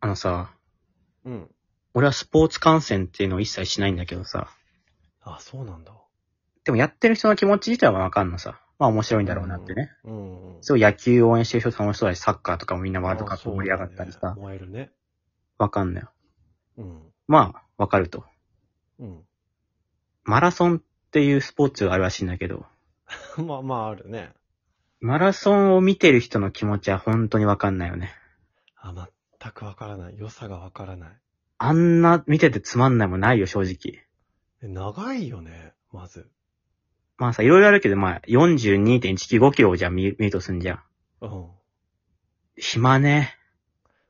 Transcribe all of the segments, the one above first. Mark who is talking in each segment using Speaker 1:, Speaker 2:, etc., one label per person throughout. Speaker 1: あのさ、
Speaker 2: うん。
Speaker 1: 俺はスポーツ観戦っていうのを一切しないんだけどさ、
Speaker 2: あ、そうなんだ。
Speaker 1: でもやってる人の気持ち自体はわかんのさ。まあ面白いんだろうなってね。
Speaker 2: うん、うん。
Speaker 1: そういう野球応援してる人楽しそうだし、サッカーとかもみんな
Speaker 2: う
Speaker 1: ワールドカップ盛り上がったり
Speaker 2: そうだ
Speaker 1: さ
Speaker 2: ね、燃えるね。
Speaker 1: わかんないよ。
Speaker 2: うん。
Speaker 1: まあ、わかると。
Speaker 2: うん。
Speaker 1: マラソンっていうスポーツがあるらしいんだけど、
Speaker 2: まあまあ、あるね。
Speaker 1: マラソンを見てる人の気持ちは本当にわかんないよね。
Speaker 2: あ、全くわからない。良さがわからない。
Speaker 1: あんな見ててつまんないもんないよ、正直。
Speaker 2: え長いよね、まず。
Speaker 1: まあさ、いろいろあるけど、まあ、42.195キロをじゃあ見見るとすんじゃん。
Speaker 2: うん。
Speaker 1: 暇ね。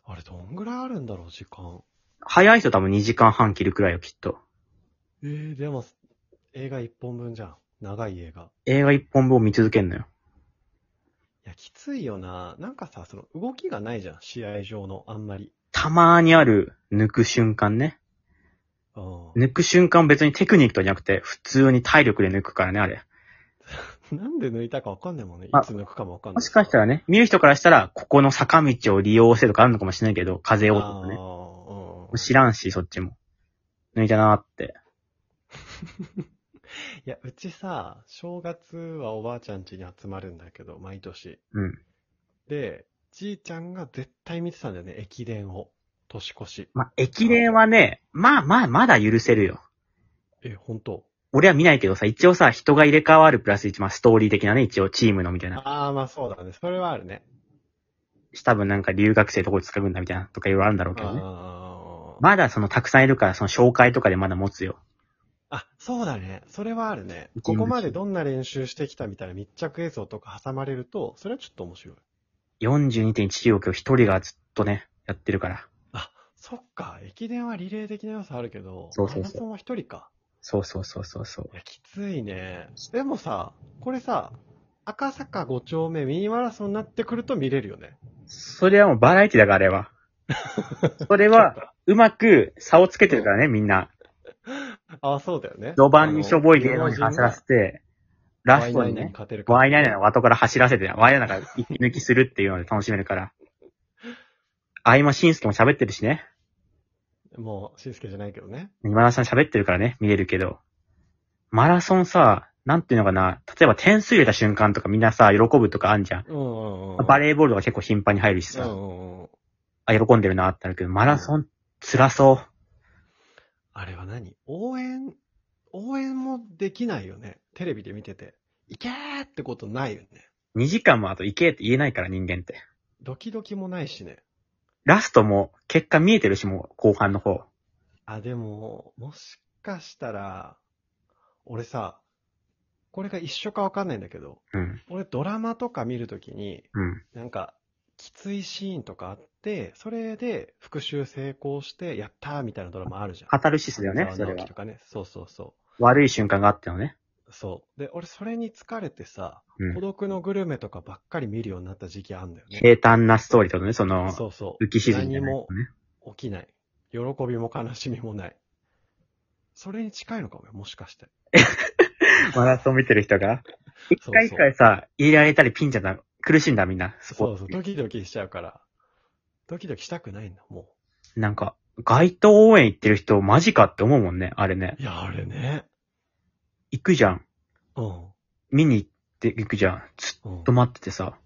Speaker 2: あれ、どんぐらいあるんだろう、時間。
Speaker 1: 早い人多分2時間半切るくらいよ、きっと。
Speaker 2: えー、でも、映画一本分じゃん。長い映画。
Speaker 1: 映画一本分を見続けんのよ。
Speaker 2: いや、きついよな。なんかさ、その、動きがないじゃん。試合上の、あんまり。
Speaker 1: たまーにある、抜く瞬間ね。
Speaker 2: うん。
Speaker 1: 抜く瞬間別にテクニックとかじゃなくて、普通に体力で抜くからね、あれ。
Speaker 2: なんで抜いたかわかんないもんね。い
Speaker 1: あ
Speaker 2: つ抜くかもわかんない。
Speaker 1: もしかしたらね、見る人からしたら、ここの坂道を利用してとかあるのかもしれないけど、風をとかね。
Speaker 2: ああ、
Speaker 1: 知らんし、そっちも。抜いたなーって。
Speaker 2: いや、うちさ、正月はおばあちゃん家に集まるんだけど、毎年。
Speaker 1: うん。
Speaker 2: で、じいちゃんが絶対見てたんだよね、駅伝を。年越し。
Speaker 1: まあ、駅伝はね、まあまあ、まだ許せるよ。
Speaker 2: え、本当
Speaker 1: 俺は見ないけどさ、一応さ、人が入れ替わるプラス一、まあ、ストーリー的なね、一応チームのみたいな。
Speaker 2: ああ、まあそうだね。それはあるね。
Speaker 1: 多分なんか留学生とこで使うんだみたいな、とかいろいろあるんだろうけどね。
Speaker 2: ああ、
Speaker 1: まだそのたくさんいるから、その紹介とかでまだ持つよ。
Speaker 2: あ、そうだね。それはあるね
Speaker 1: 一。年
Speaker 2: こ
Speaker 1: の
Speaker 2: こまでどんな練習してきたみたいな密着映像とか挟まれると、それはちょっと面白い。
Speaker 1: 42.195キロ一人がずっとね、やってるから。
Speaker 2: あ、そっか。駅伝はリレー的な要素あるけど、
Speaker 1: そうそうそう
Speaker 2: マラソンは一人か。
Speaker 1: そうそうそうそうそう。
Speaker 2: いや、きついね。でもさ、これさ、赤坂5丁目ミニマラソンになってくると見れるよね。
Speaker 1: それはもうバラエティだから、あれは。それは、うまく差をつけてるからね、みんな。
Speaker 2: ああ、そうだよね。
Speaker 1: 序盤にしょぼい芸能
Speaker 2: あの
Speaker 1: 人走らせて、ラストに
Speaker 2: Y9 に
Speaker 1: ね、
Speaker 2: 勝てるから
Speaker 1: ワイナイナの後から走らせて、ワイナイナが息抜きするっていうので楽しめるから。合間しんすけも喋ってるしね。
Speaker 2: もう、しんすけじゃないけどね。
Speaker 1: 今田さん喋ってるからね、見れるけど。マラソンさ、なんていうのかな、例えば点数入れた瞬間とかみんなさ、喜ぶとかあんじゃん。
Speaker 2: うんうんうん。
Speaker 1: バ
Speaker 2: レ
Speaker 1: レーボールとか結構頻繁に入るし
Speaker 2: うん
Speaker 1: さ、
Speaker 2: うんうん。
Speaker 1: あ、喜んでるなってなるけど、マラソン、辛そう。
Speaker 2: あれは何応援、応援もできないよね。テレビで見てて。いけーってことないよね。
Speaker 1: 2時間もあと行けって言えないから人間って。
Speaker 2: ドキドキもないしね。
Speaker 1: ラストも結果見えてるしもう後半の方。
Speaker 2: あ、でも、もしかしたら、俺さ、これが一緒かわかんないんだけど、
Speaker 1: うん、
Speaker 2: 俺ドラマとか見るときに、
Speaker 1: うん。
Speaker 2: なんか、きついシーンとかあって、それで復讐成功して、やったーみたいなドラマあるじゃん。
Speaker 1: カタルシスだよね、
Speaker 2: 半
Speaker 1: そ
Speaker 2: 沢
Speaker 1: れ
Speaker 2: 直
Speaker 1: は
Speaker 2: 樹と。かね。そうそうそ
Speaker 1: 悪い瞬間があったよね。
Speaker 2: う。そう。で、俺それに疲れてさ、
Speaker 1: うん
Speaker 2: 孤独のグルメとかばっかり見るようになった時期あんだよね。
Speaker 1: 平坦なストーリーってことね、その、
Speaker 2: そうそ
Speaker 1: 浮き沈みじゃないとね。
Speaker 2: う。起きない。喜びも悲しみもない。それに近いのかもよ、もしかして。
Speaker 1: マラソン見てる人が。一
Speaker 2: そう
Speaker 1: 回一回さ、入れられたりピンチだったら苦しいんだみんな。そ
Speaker 2: そう
Speaker 1: こ
Speaker 2: そう、。ドキドキしちゃうから。ドキドキしたくないんだ、も
Speaker 1: なんか、街頭応援行ってる人マジかって思うもんね、あれね。
Speaker 2: う。いや、あれね。
Speaker 1: 行くじゃん。
Speaker 2: うん。
Speaker 1: 見に行って行くじゃん。ず
Speaker 2: うん
Speaker 1: っと待っててさ、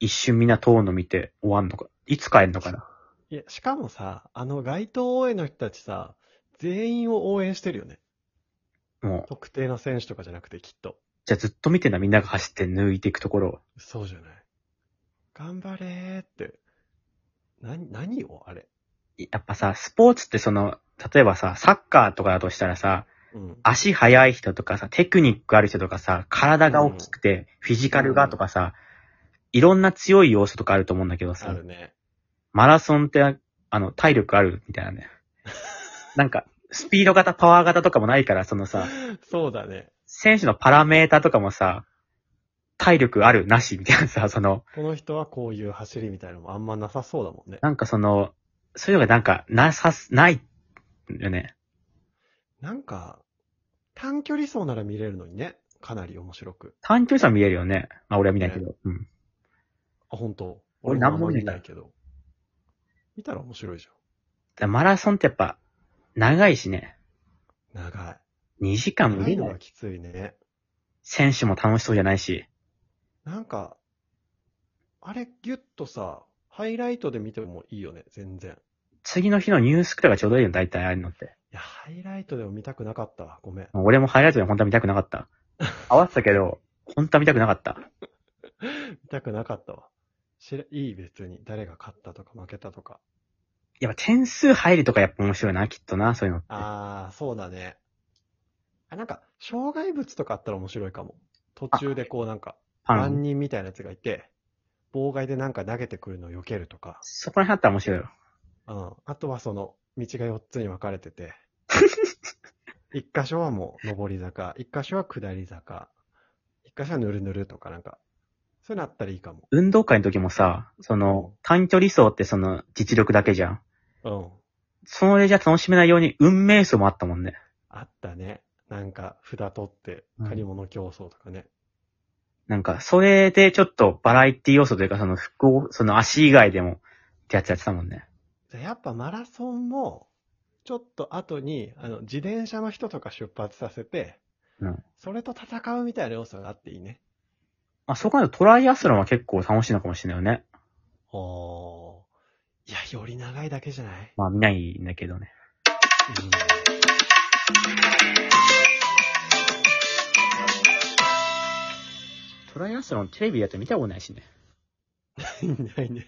Speaker 1: 一瞬みんな通るの見て終わんのか。いつ帰んのかな。
Speaker 2: いや、しかもさ、あの街頭応援の人たちさ、全員を応援してるよね。
Speaker 1: もう。
Speaker 2: 特定の選手とかじゃなくてきっと。
Speaker 1: じゃあずっと見てんだ、みんなが走って抜いていくところを。
Speaker 2: そうじゃない。頑張れーって。な、何をあれ。
Speaker 1: やっぱさ、スポーツってその、例えばさ、サッカーとかだとしたらさ、
Speaker 2: うん。
Speaker 1: 足速い人とかさ、テクニックある人とかさ、体が大きくて、フィジカルがとかさ、いろんな強い要素とかあると思うんだけど
Speaker 2: あ
Speaker 1: さ
Speaker 2: る、ね。
Speaker 1: マラソンって、あの、体力あるみたいなね。なんか、スピード型、パワー型とかもないから、そのさ、
Speaker 2: そうだね。
Speaker 1: 選手のパラメータとかもさ、体力ある、なし、みたいなさ、 その、
Speaker 2: この人はこういう走りみたいなのもあんまなさそうだもんね。
Speaker 1: なんかその、そういうのがなんか、なさす、ない、よね。
Speaker 2: なんか、短距離走なら見れるのにね。かなり面白く。
Speaker 1: 短距離走は見えるよね。まあ俺は見ないけど。うん。
Speaker 2: あ、本当
Speaker 1: 俺
Speaker 2: もあ
Speaker 1: 何
Speaker 2: ん
Speaker 1: も
Speaker 2: ま
Speaker 1: 見ない
Speaker 2: 見ないけど。見たら面白いじ
Speaker 1: だマラソンってやっぱ、長いしね。
Speaker 2: ゃん。長い。
Speaker 1: 2時間無
Speaker 2: 長い
Speaker 1: 理
Speaker 2: の
Speaker 1: だ
Speaker 2: が
Speaker 1: よ。
Speaker 2: きついね。
Speaker 1: 選手も楽しそうじゃないし。
Speaker 2: なんか、あれギュッとさ、ハイライトで見てもいいよね、全然。
Speaker 1: 次の日のニュースくらいがちょうどいいよ、大体ああいうのって。
Speaker 2: いや、ハイライトでも見たくなかったわ。ごめん。
Speaker 1: もう俺もハイライトで本当は見たくなかった。合わせたけど、本当は見たくなかった。
Speaker 2: 見たくなかったわ。知らいい別に。誰が勝ったとか負けたとか。
Speaker 1: やっぱ点数入るとかやっぱ面白いな、きっとな、そういうのって。
Speaker 2: あー、そうだね。あ、なんか、障害物とかあったら面白いかも。途中でこうなんか、
Speaker 1: パ
Speaker 2: 万
Speaker 1: ン。
Speaker 2: 人みたいなやつがいて、妨害でなんか投げてくるのを避けるとか。
Speaker 1: そこら辺あったら面白いよ。
Speaker 2: うん。あとはその、道が4つに分かれて て、一箇所はもう上り坂、一箇所は下り坂、一箇所はぬるぬるとかなんか、そういうのあったらいいかも。
Speaker 1: 運動会の時もさ、その、短距離走ってその、実力だけじゃん。
Speaker 2: うん。
Speaker 1: そのレジャー楽しめないように、運命走もあったもんね。
Speaker 2: あったね。なんか、札取って、借り物競争とかね。
Speaker 1: なんか、それでちょっとバラエティ要素というか、その服を、その足以外でも、ってやつやってたもんね。
Speaker 2: でやっぱマラソンも、ちょっと後に、あの、自転車の人とか出発させて、
Speaker 1: うん
Speaker 2: それと戦うみたいな要素があっていいね。
Speaker 1: まあ、そう考えるとトライアスロンは結構楽しいのかもしれないよね。
Speaker 2: おー。いや、より長いだけじゃない
Speaker 1: まあ見ないんだけどね。
Speaker 2: いいね
Speaker 1: トライアスロンテレビだと見たことないしね。
Speaker 2: いないね。